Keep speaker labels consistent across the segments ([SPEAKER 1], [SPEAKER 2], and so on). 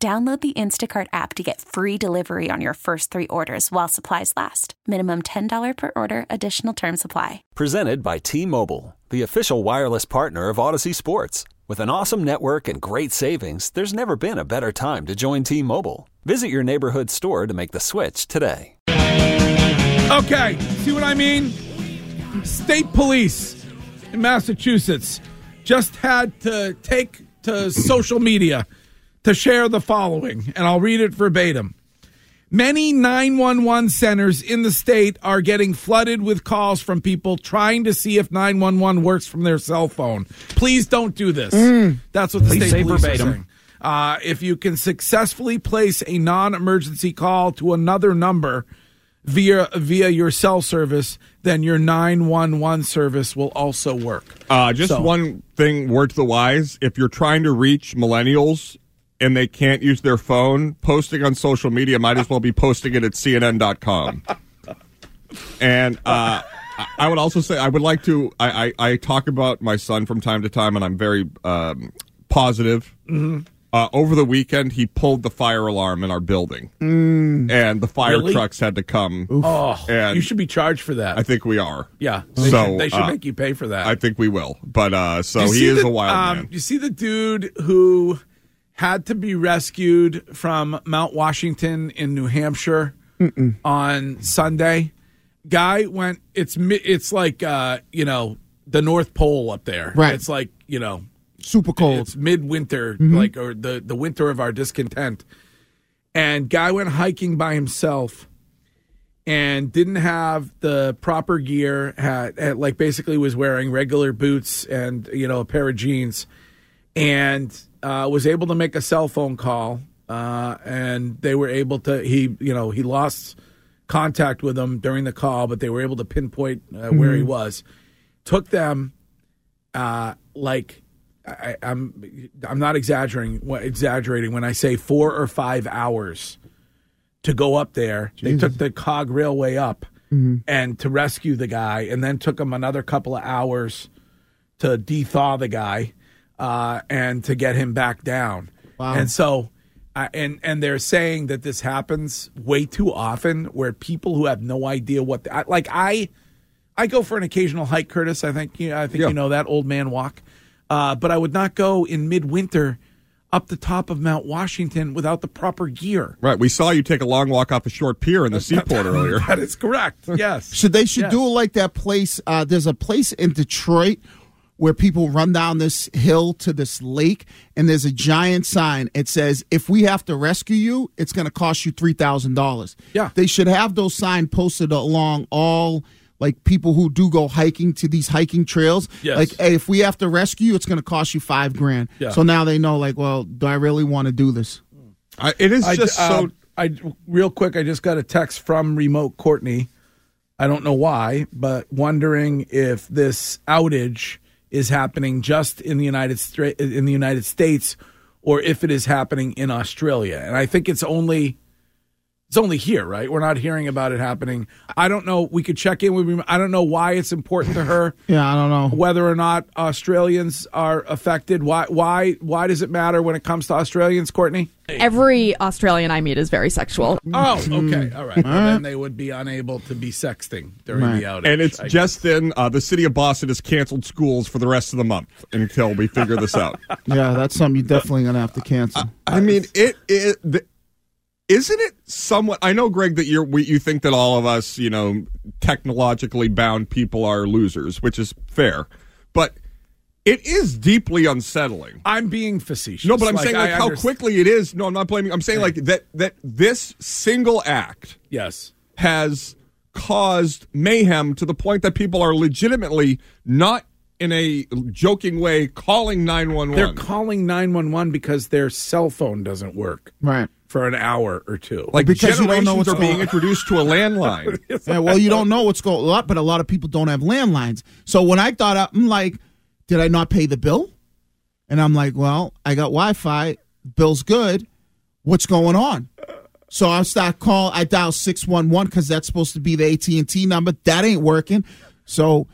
[SPEAKER 1] Download the Instacart app to get free delivery on your first three orders while supplies last. Minimum $10 per order, additional term supply.
[SPEAKER 2] Presented by T Mobile, the official wireless partner of Odyssey Sports. With an awesome network and great savings, there's never been a better time to join T Mobile. Visit your neighborhood store to make the switch today.
[SPEAKER 3] Okay, see what I mean? State police in Massachusetts just had to take to social media to share the following, and I'll read it verbatim. Many 911 centers in the state are getting flooded with calls from people trying to see if 911 works from their cell phone. Please don't do this. That's what the
[SPEAKER 4] Please say
[SPEAKER 3] state police
[SPEAKER 4] verbatim.
[SPEAKER 3] are saying. Uh, if you can successfully place a non-emergency call to another number via via your cell service, then your 911 service will also work.
[SPEAKER 5] Uh, just
[SPEAKER 3] So-
[SPEAKER 5] one thing, word to the wise. If you're trying to reach millennials and they can't use their phone, posting on social media might as well be posting it at CNN.com. and uh, I- I would also say I would like to. I, I, I talk about my son from time to time, and I'm very um, positive.
[SPEAKER 3] Mm-hmm.
[SPEAKER 5] Uh, over the weekend, he pulled the fire alarm in our building, and the fire
[SPEAKER 3] Mm. Really?
[SPEAKER 5] trucks had to come.
[SPEAKER 3] Oh,
[SPEAKER 5] And-
[SPEAKER 3] you should be charged for that.
[SPEAKER 5] I think we are.
[SPEAKER 3] yeah. They
[SPEAKER 5] So
[SPEAKER 3] should, they should
[SPEAKER 5] uh,
[SPEAKER 3] make you pay for that.
[SPEAKER 5] I think we will. But uh, so
[SPEAKER 3] You
[SPEAKER 5] he
[SPEAKER 3] see
[SPEAKER 5] is
[SPEAKER 3] the-
[SPEAKER 5] a wild
[SPEAKER 3] um,
[SPEAKER 5] man.
[SPEAKER 3] You see the dude who had to be rescued from Mount Washington in New Hampshire on Sunday. Guy went. It's mi- it's like uh, you know the North Pole up there.
[SPEAKER 6] Right.
[SPEAKER 3] It's like you know
[SPEAKER 6] Super cold.
[SPEAKER 3] it's midwinter,
[SPEAKER 5] Mm-hmm.
[SPEAKER 3] like or the the winter of our discontent. And guy went hiking by himself, and didn't have the proper gear. Had, had like basically was wearing regular boots and you know a pair of jeans, and uh, was able to make a cell phone call. Uh, and they were able to he you know he lost contact with them during the call, but they were able to pinpoint uh, where he was. Took them uh, like I, I'm I'm not exaggerating wh- exaggerating when I say four or five hours to go up there. They took the cog railway up and to rescue the guy, and then took him another couple of hours to thaw the guy uh, and to get him back down.
[SPEAKER 6] Wow.
[SPEAKER 3] And so. I and and they're saying that this happens way too often, where people who have no idea what the, I- like I, I go for an occasional hike, Curtis. I think you, I think you know that old man walk. Uh, but I would not go in midwinter up the top of Mount Washington without the proper gear.
[SPEAKER 5] Right. We saw you take a long walk off a short pier in the seaport earlier.
[SPEAKER 3] That is correct. Yes.
[SPEAKER 6] Should they should
[SPEAKER 3] Yes.
[SPEAKER 6] do it like that place? Uh, there's a place in Detroit where people run down this hill to this lake, and there's a giant sign. It says, "If we have to rescue you, it's going to cost you three thousand dollars."
[SPEAKER 3] Yeah.
[SPEAKER 6] they should have those signs posted along all. Like people who do go hiking to these hiking trails,
[SPEAKER 3] Yes.
[SPEAKER 6] like, hey, if we have to rescue you, it's going to cost you five grand.
[SPEAKER 3] Yeah.
[SPEAKER 6] So now they know, like, well, do I really want to do this?
[SPEAKER 5] I, it is
[SPEAKER 3] I,
[SPEAKER 5] just so.
[SPEAKER 3] um, I real quick. I just got a text from remote Courtney. I don't know why, but wondering if this outage is happening just in the United Stra- in the United States, or if it is happening in Australia. And I think it's only it's only here, right? We're not hearing about it happening. I don't know. We could check in with. rem- I don't know why it's important to her
[SPEAKER 6] Yeah, I don't know.
[SPEAKER 3] whether or not Australians are affected. Why? Why? Why does it matter when it comes to Australians, Courtney?
[SPEAKER 7] Every Australian I meet is very sexual.
[SPEAKER 3] Oh, okay, all right. Well, then they would be unable to be sexting during the outage.
[SPEAKER 5] And it's
[SPEAKER 3] I-
[SPEAKER 5] just then uh, the city of Boston has canceled schools for the rest of the month until we figure this out.
[SPEAKER 6] Yeah, that's something you're definitely going to have to cancel.
[SPEAKER 5] I mean, it, it the, isn't it somewhat. I know, Greg, that you're we, you think that all of us, you know, technologically bound people are losers, which is fair, but it is deeply unsettling.
[SPEAKER 3] I'm being facetious.
[SPEAKER 5] No, but I'm saying like
[SPEAKER 3] I
[SPEAKER 5] how
[SPEAKER 3] underst-
[SPEAKER 5] quickly it is. No, I'm not blaming. I'm saying like that that this single act
[SPEAKER 3] Yes,
[SPEAKER 5] has caused mayhem to the point that people are legitimately not in a joking way calling
[SPEAKER 3] they're
[SPEAKER 5] 911.
[SPEAKER 3] calling nine one one because their cell phone doesn't work.
[SPEAKER 6] Right.
[SPEAKER 3] for an hour or two.
[SPEAKER 5] Like
[SPEAKER 6] Because you don't know
[SPEAKER 5] generations
[SPEAKER 6] what's
[SPEAKER 5] are being
[SPEAKER 6] going-
[SPEAKER 5] introduced to a landline.
[SPEAKER 6] Yeah, well, you don't know what's going on, but a lot of people don't have landlines. So when I thought, up, I'm like, did I not pay the bill? And I'm like, well, I got Wi Fi, bill's good. What's going on? So I start call. I dial six one one because that's supposed to be the AT and T number. That ain't working. So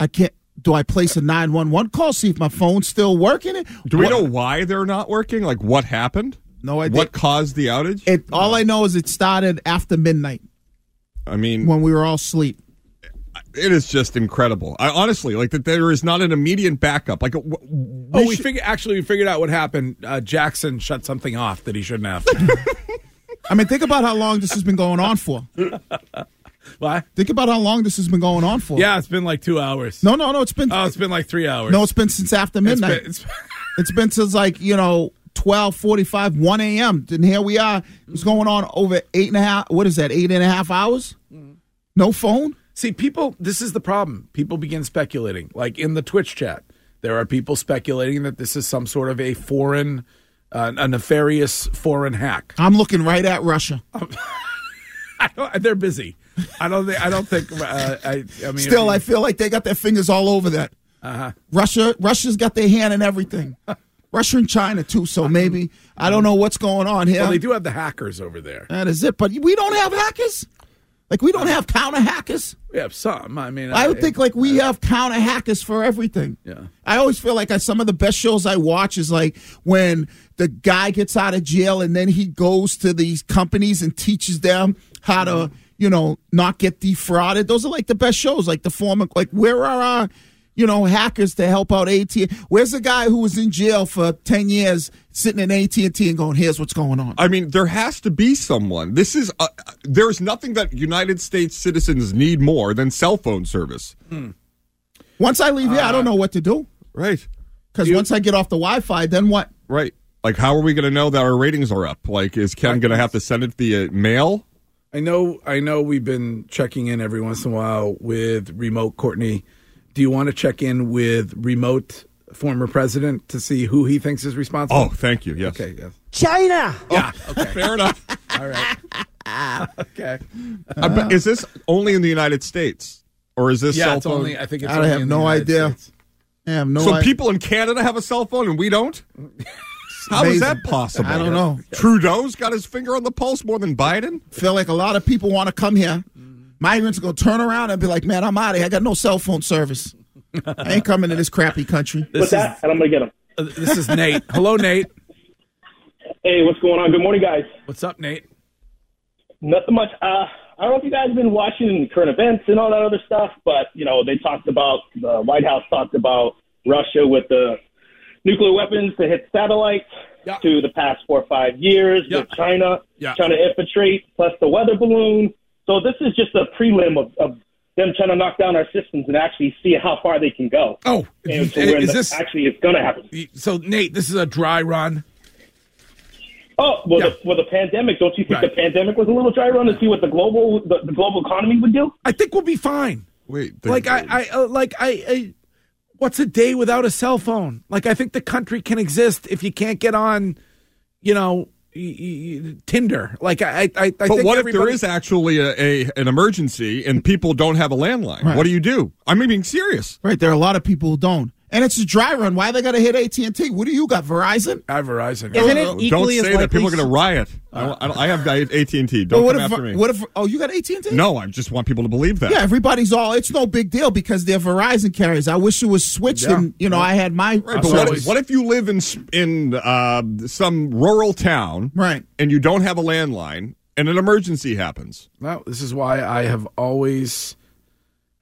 [SPEAKER 6] I can't. Do I place a nine one one call? See if my phone's still working.
[SPEAKER 5] Do we
[SPEAKER 6] What-
[SPEAKER 5] know why they're not working? Like what happened?
[SPEAKER 6] No idea.
[SPEAKER 5] What caused the outage?
[SPEAKER 6] It, all I know is it started after midnight
[SPEAKER 5] I mean,
[SPEAKER 6] when we were all asleep.
[SPEAKER 5] it is just incredible. I honestly like that there is not an immediate backup. Like, w- w-
[SPEAKER 3] oh, we figured actually we figured out what happened. Uh, Jackson shut something off that he shouldn't have.
[SPEAKER 6] I mean, think about how long this has been going on for.
[SPEAKER 3] Why?
[SPEAKER 6] Think about how long this has been going on for.
[SPEAKER 3] Yeah, it's been like two hours.
[SPEAKER 6] No, no, no. It's been
[SPEAKER 3] Oh, it's been like three hours.
[SPEAKER 6] no. It's been since after
[SPEAKER 3] It's been-
[SPEAKER 6] midnight. It's
[SPEAKER 3] it's-
[SPEAKER 6] been, since like you know twelve forty-five, one a.m. And here we are. It's going on over eight and a half. What is that? Eight and a half hours.
[SPEAKER 3] Mm-hmm.
[SPEAKER 6] No phone.
[SPEAKER 3] See, people, this is the problem. People begin speculating. Like in the Twitch chat, there are people speculating that this is some sort of a foreign, uh, a nefarious foreign hack.
[SPEAKER 6] I'm looking right at Russia.
[SPEAKER 3] I don't, they're busy. I don't think. I don't think. Uh, I, I mean,
[SPEAKER 6] Still, I feel like they got their fingers all over that. Uh-huh. Russia, Russia's got their hand in everything. Russia and China too. So maybe I don't know what's going on here.
[SPEAKER 3] well, they do have the hackers over there.
[SPEAKER 6] That is it. But we don't have hackers. Like we don't have counter hackers.
[SPEAKER 3] We have some. I mean,
[SPEAKER 6] I would think like we have counter hackers for everything.
[SPEAKER 3] Yeah.
[SPEAKER 6] I always feel like I, some of the best shows I watch is like when the guy gets out of jail and then he goes to these companies and teaches them how to, you know, not get defrauded. Those are like the best shows. Like the former, like where are our, you know, hackers to help out AT? Where's the guy who was in jail for ten years sitting in AT and T and going, "Here's what's going on."
[SPEAKER 5] I mean, there has to be someone. This is uh, there is nothing that United States citizens need more than cell phone service.
[SPEAKER 6] Once I leave here, I don't know what to do
[SPEAKER 5] Right.
[SPEAKER 6] because once I get off the Wi-Fi, then what?
[SPEAKER 5] Right. Like, how are we going to know that our ratings are up? Like, is Ken going to have to send it via mail?
[SPEAKER 3] I know. I know. We've been checking in every once in a while with remote Courtney. Do you want to check in with remote former president to see who he thinks is responsible?
[SPEAKER 5] Oh, thank you. Yes.
[SPEAKER 3] okay. Yes.
[SPEAKER 4] China.
[SPEAKER 3] Yeah. Okay.
[SPEAKER 5] Fair enough.
[SPEAKER 3] All right. okay.
[SPEAKER 5] I bet- is this only in the United States, or is this
[SPEAKER 3] Yeah,
[SPEAKER 5] cell
[SPEAKER 3] it's
[SPEAKER 5] phone?
[SPEAKER 3] only. I think it's.
[SPEAKER 6] I
[SPEAKER 3] only
[SPEAKER 6] have
[SPEAKER 3] in the
[SPEAKER 6] no
[SPEAKER 3] United
[SPEAKER 6] idea.
[SPEAKER 3] States.
[SPEAKER 6] I have no
[SPEAKER 5] so
[SPEAKER 6] idea.
[SPEAKER 5] people in Canada have a cell phone and we don't. How is
[SPEAKER 6] amazing.
[SPEAKER 5] that possible?
[SPEAKER 6] I don't know.
[SPEAKER 5] Trudeau's got his finger on the pulse more than Biden.
[SPEAKER 6] feel like a lot of people want to come here. Migrants are gonna turn around and be like, "Man, I'm out of here. I got no cell phone service. I ain't coming to this crappy country."
[SPEAKER 8] with that, and I'm gonna get him.
[SPEAKER 3] Uh, This is Nate. Hello, Nate.
[SPEAKER 8] Hey, what's going on? Good morning, guys.
[SPEAKER 3] What's up, Nate?
[SPEAKER 8] Nothing much. Uh, I don't know if you guys have been watching current events and all that other stuff, but you know they talked about the White House talked about Russia with the nuclear weapons to hit satellites
[SPEAKER 3] Yeah.
[SPEAKER 8] to the past four or five years with
[SPEAKER 3] Yeah.
[SPEAKER 8] China
[SPEAKER 3] Yeah.
[SPEAKER 8] trying to infiltrate, plus the weather balloon. So this is just a prelim of, of them trying to knock down our systems and actually see how far they can go.
[SPEAKER 3] Oh,
[SPEAKER 8] and
[SPEAKER 3] is
[SPEAKER 8] to where the-
[SPEAKER 3] this?
[SPEAKER 8] actually it's going to happen?
[SPEAKER 3] So, Nate, this is a dry run.
[SPEAKER 8] Oh well,
[SPEAKER 3] Yeah.
[SPEAKER 8] the, well, the pandemic. Don't you think
[SPEAKER 3] Right.
[SPEAKER 8] the pandemic was a little dry run to see what the global the, the global economy would do?
[SPEAKER 3] I think we'll be fine.
[SPEAKER 5] Wait, the-
[SPEAKER 3] Like I, I uh, like I, I, what's a day without a cell phone? Like I think the country can exist if you can't get on, you know, y- y- y- Tinder. Like I, I, I I
[SPEAKER 5] But
[SPEAKER 3] think
[SPEAKER 5] what if there
[SPEAKER 3] everybody-
[SPEAKER 5] is actually a, a an emergency and people don't have a landline? What do you do? I'm being serious.
[SPEAKER 6] Right? There are a lot of people who don't, and it's a dry run. Why they gotta hit AT and T? What do you got, Verizon?
[SPEAKER 3] I have Verizon.
[SPEAKER 9] Isn't it
[SPEAKER 5] don't
[SPEAKER 9] equally
[SPEAKER 5] say
[SPEAKER 9] as
[SPEAKER 5] that people
[SPEAKER 9] likely?
[SPEAKER 5] are going to riot. I, don't, I, don't, I have AT and T. Don't
[SPEAKER 6] Uh, what
[SPEAKER 5] come
[SPEAKER 6] if?
[SPEAKER 5] after me.
[SPEAKER 6] What if? Oh, you got AT and T?
[SPEAKER 5] no, I just want people to believe that.
[SPEAKER 6] Yeah, everybody's all. It's no big deal because they're Verizon carriers. I wish it was switched,
[SPEAKER 3] Yeah.
[SPEAKER 6] and you know, I had my
[SPEAKER 5] Right, but what
[SPEAKER 3] always-
[SPEAKER 5] if, what if you live in s- in uh, some rural town,
[SPEAKER 6] Right.
[SPEAKER 5] and you don't have a landline, and an emergency happens?
[SPEAKER 3] Well, this is why I have always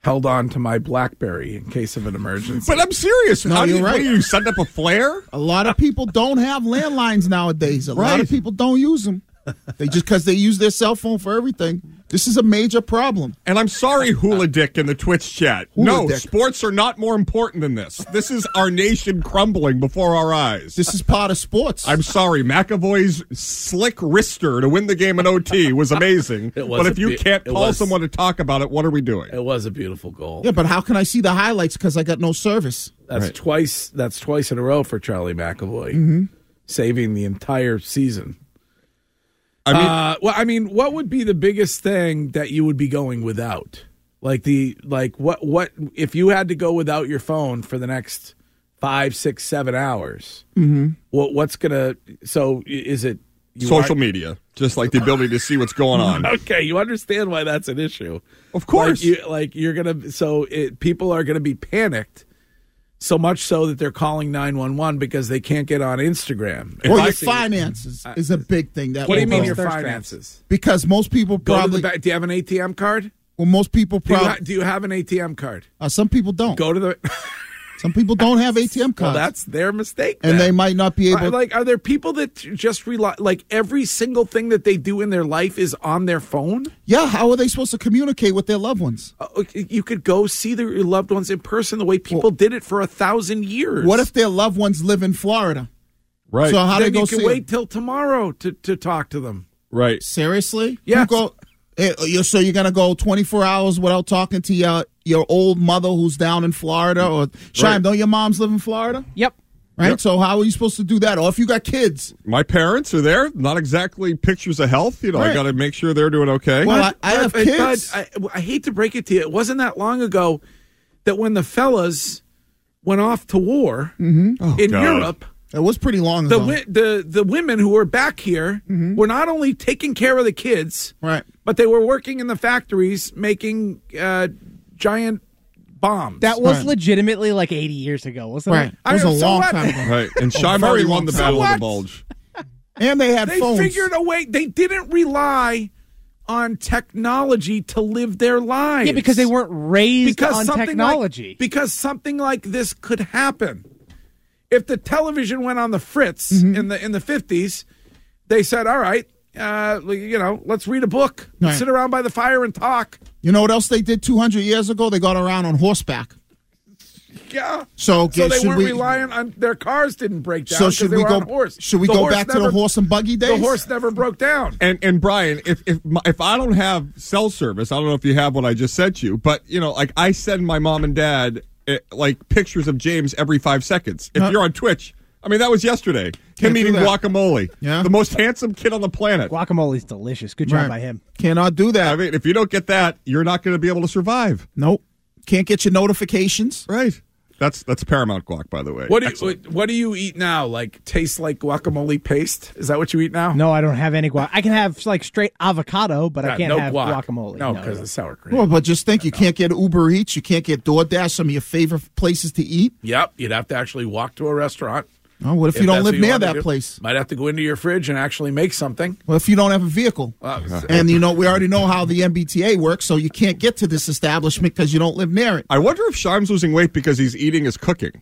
[SPEAKER 3] held on to my BlackBerry in case of an emergency.
[SPEAKER 5] But I'm serious. How do
[SPEAKER 6] you're
[SPEAKER 5] you,
[SPEAKER 6] right.
[SPEAKER 5] What do you send up a flare?
[SPEAKER 6] A lot of people don't have landlines nowadays. A lot
[SPEAKER 5] Right.
[SPEAKER 6] of people don't use them. They just because they use their cell phone for everything. This is a major problem.
[SPEAKER 5] And I'm sorry, Hula Dick in the Twitch chat. no,
[SPEAKER 6] Dick.
[SPEAKER 5] sports are not more important than this. This is our nation crumbling before our eyes.
[SPEAKER 6] This is part of sports.
[SPEAKER 5] I'm sorry, McAvoy's slick wrister to win the game in OT was amazing.
[SPEAKER 3] It was
[SPEAKER 5] but
[SPEAKER 3] a
[SPEAKER 5] if you
[SPEAKER 3] bit-
[SPEAKER 5] can't
[SPEAKER 3] it
[SPEAKER 5] call
[SPEAKER 3] was-
[SPEAKER 5] someone to talk about it, what are we doing?
[SPEAKER 3] it was a beautiful goal.
[SPEAKER 6] Yeah, but how can I see the highlights because I got no service?
[SPEAKER 3] That's twice. That's
[SPEAKER 5] Mm-hmm.
[SPEAKER 3] twice in a row for Charlie McAvoy, saving the entire season.
[SPEAKER 5] I mean,
[SPEAKER 3] Uh, well, I mean, what would be the biggest thing that you would be going without? Like the like what what if you had to go without your phone for the next five, six, seven hours? Mm-hmm. What what's gonna? So i- is it you
[SPEAKER 5] social media, just like the ability to see what's going on.
[SPEAKER 3] are- okay, you understand why that's an issue.
[SPEAKER 5] Of
[SPEAKER 3] like,
[SPEAKER 5] course.
[SPEAKER 3] you, like you're gonna. So it, people are gonna be panicked. So much so that they're calling nine one one because they can't get on Instagram.
[SPEAKER 6] or
[SPEAKER 3] If I
[SPEAKER 6] your
[SPEAKER 3] see-
[SPEAKER 6] finances is a big thing. That
[SPEAKER 3] What do you
[SPEAKER 6] will
[SPEAKER 3] mean
[SPEAKER 6] go.
[SPEAKER 3] your finances?
[SPEAKER 6] Because most people
[SPEAKER 3] Go to
[SPEAKER 6] probably
[SPEAKER 3] the bank. Do you have an ATM card?
[SPEAKER 6] well, most people
[SPEAKER 3] Do you, ha-
[SPEAKER 6] probably
[SPEAKER 3] do you have an ATM card?
[SPEAKER 6] uh, some people don't.
[SPEAKER 3] Go to the.
[SPEAKER 6] Some people don't have ATM cards,
[SPEAKER 3] Well, that's their mistake.
[SPEAKER 6] and
[SPEAKER 3] then.
[SPEAKER 6] they might not be able.
[SPEAKER 3] Are- like, are there people that just rely? Like every single thing that they do in their life is on their phone.
[SPEAKER 6] yeah, how are they supposed to communicate with their loved ones?
[SPEAKER 3] Uh, You could go see their your loved ones in person the way people did it for a thousand years.
[SPEAKER 6] What if their loved ones live in Florida?
[SPEAKER 5] Right.
[SPEAKER 6] So how
[SPEAKER 3] then
[SPEAKER 6] do they go
[SPEAKER 3] you
[SPEAKER 6] see?
[SPEAKER 3] can
[SPEAKER 6] 'em?
[SPEAKER 3] wait till tomorrow to to talk to them?
[SPEAKER 5] right.
[SPEAKER 6] Seriously?
[SPEAKER 3] Yes.
[SPEAKER 6] You go, eh, you- so you're going to go 24 hours without talking to your, your old mother who's down in Florida? Or, Shime,
[SPEAKER 5] Right.
[SPEAKER 6] don't your moms live in Florida?
[SPEAKER 7] Yep.
[SPEAKER 6] Right? So how are you supposed to do that? Or if you got kids?
[SPEAKER 5] My parents are there. Not exactly pictures of health. You know, I
[SPEAKER 6] Right.
[SPEAKER 5] got to make sure they're doing okay.
[SPEAKER 6] Well, I, I
[SPEAKER 3] But-
[SPEAKER 6] have
[SPEAKER 3] but-
[SPEAKER 6] kids.
[SPEAKER 3] Bud, I, I hate to break it to you. It wasn't that long ago that when the fellas went off to war
[SPEAKER 6] Mm-hmm. Oh,
[SPEAKER 3] in
[SPEAKER 5] God.
[SPEAKER 3] Europe.
[SPEAKER 6] it was pretty long
[SPEAKER 3] the
[SPEAKER 6] ago.
[SPEAKER 3] wi- the the women who were back here
[SPEAKER 6] Mm-hmm.
[SPEAKER 3] were not only taking care of the kids,
[SPEAKER 6] Right.
[SPEAKER 3] But they were working in the factories making uh, giant bombs.
[SPEAKER 4] That was
[SPEAKER 6] Right.
[SPEAKER 4] legitimately like 80 years ago, wasn't
[SPEAKER 6] right.
[SPEAKER 4] it?
[SPEAKER 6] It was
[SPEAKER 3] I-
[SPEAKER 6] a
[SPEAKER 3] so
[SPEAKER 6] long
[SPEAKER 3] what?
[SPEAKER 6] time ago.
[SPEAKER 5] Right. And Shy
[SPEAKER 6] very
[SPEAKER 5] Murray
[SPEAKER 6] long
[SPEAKER 5] won the
[SPEAKER 6] time.
[SPEAKER 5] Battle of
[SPEAKER 3] So what?
[SPEAKER 5] the Bulge.
[SPEAKER 6] And they had
[SPEAKER 3] they
[SPEAKER 6] phones.
[SPEAKER 3] figured a way. They didn't rely on technology to live their lives.
[SPEAKER 4] Yeah, because they weren't raised
[SPEAKER 3] because
[SPEAKER 4] on
[SPEAKER 3] something
[SPEAKER 4] technology.
[SPEAKER 3] Like, because something like this could happen. If the television went on the fritz
[SPEAKER 6] Mm-hmm.
[SPEAKER 3] in the in the fifties, they said, "All right, uh, you know, let's read a book,
[SPEAKER 6] Right.
[SPEAKER 3] sit around by the fire, and talk."
[SPEAKER 6] you know what else they did 200 years ago? They got around on horseback.
[SPEAKER 3] Yeah.
[SPEAKER 6] So,
[SPEAKER 3] So
[SPEAKER 6] okay,
[SPEAKER 3] they
[SPEAKER 6] should
[SPEAKER 3] weren't
[SPEAKER 6] we-
[SPEAKER 3] relying on their cars didn't break down.
[SPEAKER 6] So
[SPEAKER 3] 'cause
[SPEAKER 6] should
[SPEAKER 3] they
[SPEAKER 6] we
[SPEAKER 3] were
[SPEAKER 6] go?
[SPEAKER 3] on horse.
[SPEAKER 6] Should we
[SPEAKER 3] The
[SPEAKER 6] go
[SPEAKER 3] horse
[SPEAKER 6] back to
[SPEAKER 3] never-
[SPEAKER 6] the horse and buggy days?
[SPEAKER 3] The horse never broke down.
[SPEAKER 5] And and Brian, if if my, if I don't have cell service, I don't know if you have what I just sent you, but you know, like I send my mom and dad eh, like pictures of James every five seconds. If you're on Twitch, I mean that was yesterday.
[SPEAKER 6] Can't
[SPEAKER 5] him
[SPEAKER 6] do
[SPEAKER 5] eating
[SPEAKER 6] that.
[SPEAKER 5] guacamole.
[SPEAKER 6] Yeah.
[SPEAKER 5] The most handsome kid on the planet.
[SPEAKER 4] Guacamole's delicious. Good job
[SPEAKER 6] Right.
[SPEAKER 4] by him.
[SPEAKER 6] Cannot do that.
[SPEAKER 5] I mean, if you don't get that, you're not going to be able to survive.
[SPEAKER 6] nope. Can't get your notifications.
[SPEAKER 5] Right. That's that's Paramount guac, by the way.
[SPEAKER 3] What do you
[SPEAKER 5] Excellent.
[SPEAKER 3] what, what do you eat now? Like tastes like guacamole paste? Is that what you eat now?
[SPEAKER 4] No, I don't have any guac. I can have like straight avocado, but I
[SPEAKER 3] God,
[SPEAKER 4] can't
[SPEAKER 3] no
[SPEAKER 4] have
[SPEAKER 3] guac.
[SPEAKER 4] guacamole.
[SPEAKER 3] No, because of sour cream.
[SPEAKER 6] Well, but just think, you can't get Uber Eats, you can't get DoorDash, some of your favorite places to eat.
[SPEAKER 3] Yep, you'd have to actually walk to a restaurant.
[SPEAKER 6] Oh, what if, you don't
[SPEAKER 3] that's
[SPEAKER 6] live
[SPEAKER 3] what
[SPEAKER 6] near
[SPEAKER 3] wanted to
[SPEAKER 6] that
[SPEAKER 3] do.
[SPEAKER 6] place?
[SPEAKER 3] Might have to go into your fridge and actually make something.
[SPEAKER 6] What if you don't have a vehicle? and you know, we already know how the MBTA works, so you can't get to this establishment because you don't live near it.
[SPEAKER 5] I wonder if Shime's losing weight because he's eating his cooking.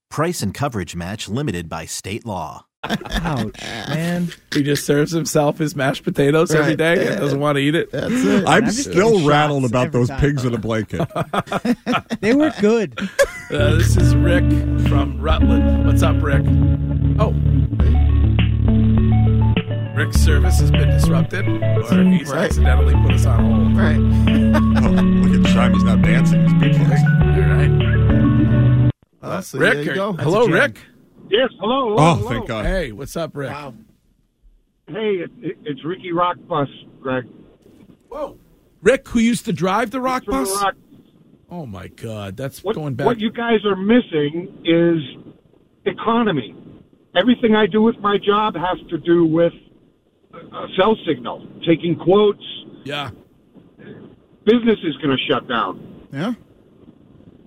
[SPEAKER 10] Price and coverage match limited by state law.
[SPEAKER 4] Ouch, man.
[SPEAKER 3] He just serves himself his mashed potatoes every
[SPEAKER 6] Right.
[SPEAKER 3] day and doesn't want to eat it.
[SPEAKER 6] That's it.
[SPEAKER 5] I'm
[SPEAKER 4] I've just
[SPEAKER 5] still
[SPEAKER 4] taken
[SPEAKER 5] rattled
[SPEAKER 4] shots
[SPEAKER 5] about
[SPEAKER 4] every
[SPEAKER 5] those
[SPEAKER 4] time.
[SPEAKER 5] pigs in a blanket.
[SPEAKER 4] They were good.
[SPEAKER 3] Uh, this is Rick from Rutland. What's up, Rick? Oh. Rick's service has been disrupted, or he's
[SPEAKER 6] Mm, Right.
[SPEAKER 3] accidentally put us on hold.
[SPEAKER 6] Right.
[SPEAKER 5] Oh, look at Chime. He's not dancing. He's speechless.
[SPEAKER 3] All right.
[SPEAKER 6] Well, so there
[SPEAKER 3] Rick,
[SPEAKER 6] you
[SPEAKER 3] are-
[SPEAKER 6] go.
[SPEAKER 3] hello, Rick.
[SPEAKER 8] Yes, hello.
[SPEAKER 5] Oh, thank God.
[SPEAKER 3] Hey, what's up, Rick?
[SPEAKER 8] Hey, it, it, it's Ricky Rockbus, Greg.
[SPEAKER 3] Whoa. Rick, who used to drive the rock
[SPEAKER 8] From the
[SPEAKER 3] bus?
[SPEAKER 8] Rock-
[SPEAKER 3] Oh, my God. That's
[SPEAKER 8] What,
[SPEAKER 3] going back.
[SPEAKER 8] what you guys are missing is economy. Everything I do with my job has to do with uh, uh, cell signal, taking quotes.
[SPEAKER 3] yeah.
[SPEAKER 8] Business is going to shut down.
[SPEAKER 6] Yeah.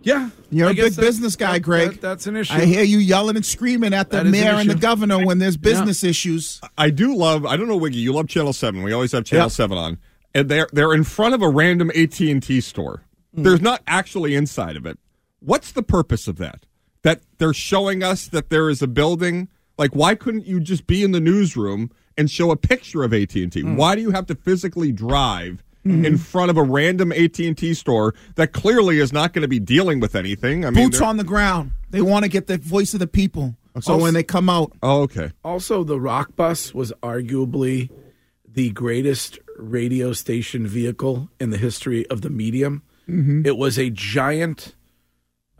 [SPEAKER 3] Yeah.
[SPEAKER 6] You're
[SPEAKER 3] I
[SPEAKER 6] a
[SPEAKER 3] guess
[SPEAKER 6] big
[SPEAKER 3] that-
[SPEAKER 6] business guy,
[SPEAKER 3] that-
[SPEAKER 6] Greg.
[SPEAKER 3] that- that's an issue.
[SPEAKER 6] I hear you yelling and screaming at the
[SPEAKER 3] That is an
[SPEAKER 6] mayor and the
[SPEAKER 3] issue.
[SPEAKER 6] governor when there's business issues.
[SPEAKER 5] I do love. I don't know, Wiggy. You love Channel Seven. We always have Channel
[SPEAKER 6] Yep.
[SPEAKER 5] Seven on, and they're they're in front of a random AT and T store.
[SPEAKER 3] Hmm.
[SPEAKER 5] There's not actually inside of it. What's the purpose of that? That they're showing us that there is a building. Like, why couldn't you just be in the newsroom and show a picture of AT and T?
[SPEAKER 3] Hmm.
[SPEAKER 5] Why do you have to physically drive? In front of a random AT and T store that clearly is not going to be dealing with anything. I mean,
[SPEAKER 6] Boots
[SPEAKER 5] they're-
[SPEAKER 6] on the ground. They want to get the voice of the people. So when they come out,
[SPEAKER 5] Oh, okay.
[SPEAKER 3] Also, the Rock Bus was arguably the greatest radio station vehicle in the history of the medium.
[SPEAKER 6] Mm-hmm.
[SPEAKER 3] It was a giant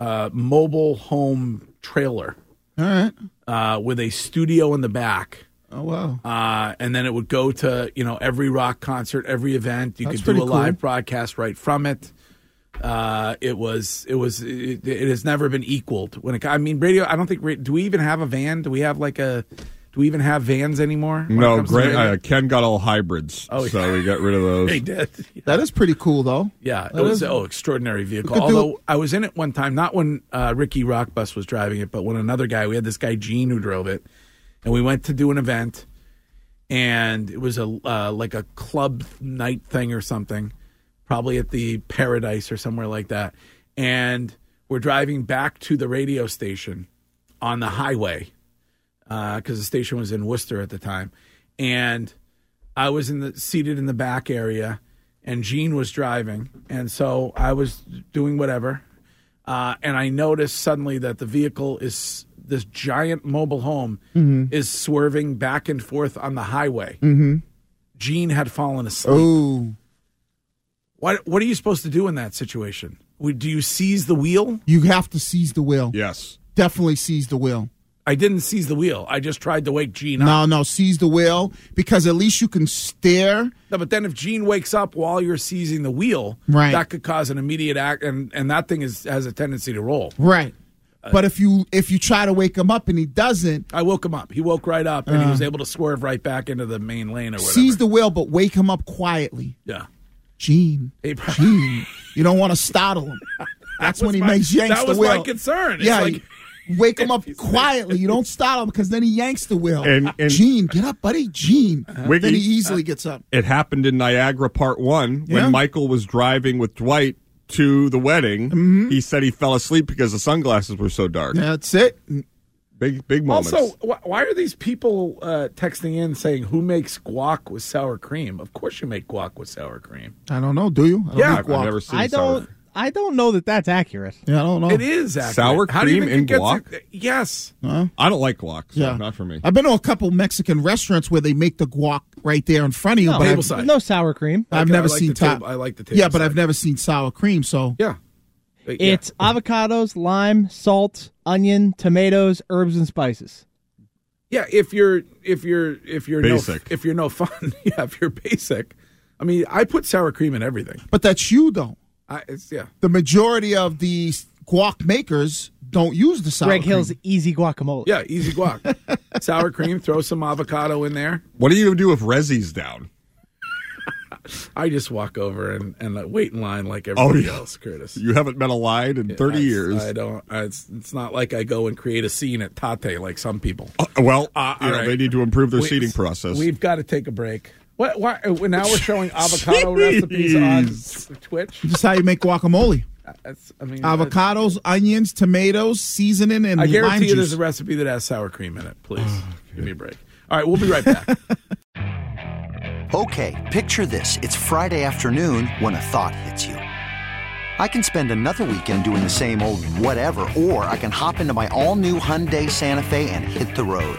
[SPEAKER 3] uh, mobile home trailer
[SPEAKER 6] all right.
[SPEAKER 3] uh, with a studio in the back.
[SPEAKER 6] Oh wow.
[SPEAKER 3] Uh, and then it would go to you know every rock concert, every event. You
[SPEAKER 6] That's
[SPEAKER 3] could do a
[SPEAKER 6] pretty
[SPEAKER 3] live
[SPEAKER 6] cool.
[SPEAKER 3] broadcast right from it. Uh, it was it was it, it has never been equaled when it. I mean, radio. I don't think ra- do we even have a van? Do we have like a? Do we even have vans anymore? when it
[SPEAKER 5] No,
[SPEAKER 3] comes to
[SPEAKER 5] great.
[SPEAKER 3] radio?
[SPEAKER 5] Uh, Ken got all hybrids,
[SPEAKER 3] Oh,
[SPEAKER 5] so
[SPEAKER 3] yeah.
[SPEAKER 5] we got rid of those.
[SPEAKER 3] They did.
[SPEAKER 6] That is pretty cool though.
[SPEAKER 3] Yeah, it
[SPEAKER 6] That
[SPEAKER 3] was
[SPEAKER 6] is-
[SPEAKER 3] oh extraordinary vehicle.
[SPEAKER 6] could do
[SPEAKER 3] Although I was in it one time, not when uh, Ricky Rockbus was driving it, but when another guy. We had this guy Gene who drove it, and we went to do an event, and it was a uh, like a club night thing or something, probably at the Paradise or somewhere like that. And we're driving back to the radio station on the highway because uh, the station was in Worcester at the time, and I was in the seated in the back area, and Gene was driving, and so I was doing whatever, uh, and I noticed suddenly that the vehicle is this giant mobile home is swerving back and forth on the highway. Mm-hmm. Gene had fallen asleep.
[SPEAKER 6] Oh,
[SPEAKER 3] What What are you supposed to do in that situation? Would- Do you seize the wheel?
[SPEAKER 6] you have to seize the wheel.
[SPEAKER 5] Yes.
[SPEAKER 6] Definitely seize the wheel.
[SPEAKER 3] I didn't seize the wheel. I just tried to wake Gene up.
[SPEAKER 6] No, no, seize the wheel because at least you can stare.
[SPEAKER 3] No, but then if Gene wakes up while you're seizing the wheel,
[SPEAKER 6] Right.
[SPEAKER 3] that could cause an immediate act, and, and that thing is has a tendency to roll.
[SPEAKER 6] Right. But if you if you try to wake him up and he doesn't,
[SPEAKER 3] I woke him up. He woke right up, and he was able to swerve right back into the main lane or whatever.
[SPEAKER 6] Uh. seize the wheel, but wake him up quietly.
[SPEAKER 3] yeah.
[SPEAKER 6] Gene,
[SPEAKER 3] Hey,
[SPEAKER 6] Gene, you don't want to startle him. That's
[SPEAKER 3] was
[SPEAKER 6] when he
[SPEAKER 3] my-
[SPEAKER 6] makes yanks
[SPEAKER 3] that
[SPEAKER 6] the
[SPEAKER 3] was
[SPEAKER 6] wheel.
[SPEAKER 3] my concern. It's
[SPEAKER 6] yeah,
[SPEAKER 3] like-
[SPEAKER 6] you wake him up quietly. You don't startle him because then he yanks the wheel.
[SPEAKER 5] And- and-
[SPEAKER 6] Gene, get up, buddy. Gene.
[SPEAKER 5] Wiggy.
[SPEAKER 6] Then he easily gets up.
[SPEAKER 5] it happened in Niagara Part One
[SPEAKER 6] Yeah.
[SPEAKER 5] when Michael was driving with Dwight to the wedding. He said he fell asleep because the sunglasses were so dark.
[SPEAKER 6] That's it.
[SPEAKER 5] Big, big moments.
[SPEAKER 3] Also, wh- why are these people uh, texting in saying who makes guac with sour cream? Of course, you make guac with sour cream.
[SPEAKER 6] I don't know. Do you? I don't
[SPEAKER 3] Yeah,
[SPEAKER 6] think
[SPEAKER 5] I've,
[SPEAKER 6] we'll-
[SPEAKER 5] I've never seen
[SPEAKER 4] I don't.
[SPEAKER 5] sour.
[SPEAKER 4] I don't know that that's accurate.
[SPEAKER 6] Yeah, I don't know.
[SPEAKER 3] It is accurate.
[SPEAKER 5] Sour
[SPEAKER 3] How do you
[SPEAKER 5] cream
[SPEAKER 3] think it
[SPEAKER 5] in
[SPEAKER 3] gets- yes.
[SPEAKER 5] I don't like guac. So
[SPEAKER 6] Yeah.
[SPEAKER 5] not for me.
[SPEAKER 6] I've been to a couple Mexican restaurants where they make the guac right there in front of you, but
[SPEAKER 3] table
[SPEAKER 6] I've,
[SPEAKER 3] side.
[SPEAKER 4] No sour cream.
[SPEAKER 6] I've
[SPEAKER 3] Okay, I
[SPEAKER 6] never
[SPEAKER 3] like
[SPEAKER 6] seen
[SPEAKER 3] the table-
[SPEAKER 6] top.
[SPEAKER 3] I like the table
[SPEAKER 6] Yeah, but I've
[SPEAKER 3] side.
[SPEAKER 6] never seen sour cream. So
[SPEAKER 3] Yeah. But yeah.
[SPEAKER 4] It's avocados, lime, salt, onion, tomatoes, herbs, and spices.
[SPEAKER 3] Yeah, if you're if you're if you're
[SPEAKER 5] Basic.
[SPEAKER 3] no if you're no fun, yeah, if you're basic. I mean, I put sour cream in everything.
[SPEAKER 6] but that's you though.
[SPEAKER 3] I, it's yeah.
[SPEAKER 6] The majority of the guac makers don't use the sour
[SPEAKER 4] Greg
[SPEAKER 6] cream.
[SPEAKER 4] Hill's easy guacamole.
[SPEAKER 3] Yeah, easy guac. sour cream, throw some avocado in there.
[SPEAKER 5] What do you do if Rezzy's down?
[SPEAKER 3] I just walk over and, and uh, wait in line like everybody else, Curtis.
[SPEAKER 11] You haven't been a line in 30
[SPEAKER 3] I-
[SPEAKER 11] Oh, years.
[SPEAKER 3] I don't. I, it's, it's not like I go and create a scene at Tate like some people.
[SPEAKER 11] well,
[SPEAKER 3] Uh,
[SPEAKER 11] you know,
[SPEAKER 3] all right.
[SPEAKER 11] they need to improve their
[SPEAKER 3] We-
[SPEAKER 11] Oh, seating process.
[SPEAKER 3] We've got to take a break. What? Why? uh, Now we're showing avocado recipes on Twitch.
[SPEAKER 6] This is how you make guacamole.
[SPEAKER 3] That's, I mean,
[SPEAKER 6] Avocados, onions, tomatoes, seasoning, and
[SPEAKER 3] I
[SPEAKER 6] lime
[SPEAKER 3] guarantee you,
[SPEAKER 6] juice.
[SPEAKER 3] there's a recipe that has sour cream in it. Please
[SPEAKER 11] Oh,
[SPEAKER 3] give me a break. All right, we'll be right back.
[SPEAKER 2] Okay, picture this. It's Friday afternoon when a thought hits you. I can spend another weekend doing the same old whatever, or I can hop into my all new Hyundai Santa Fe and hit the road.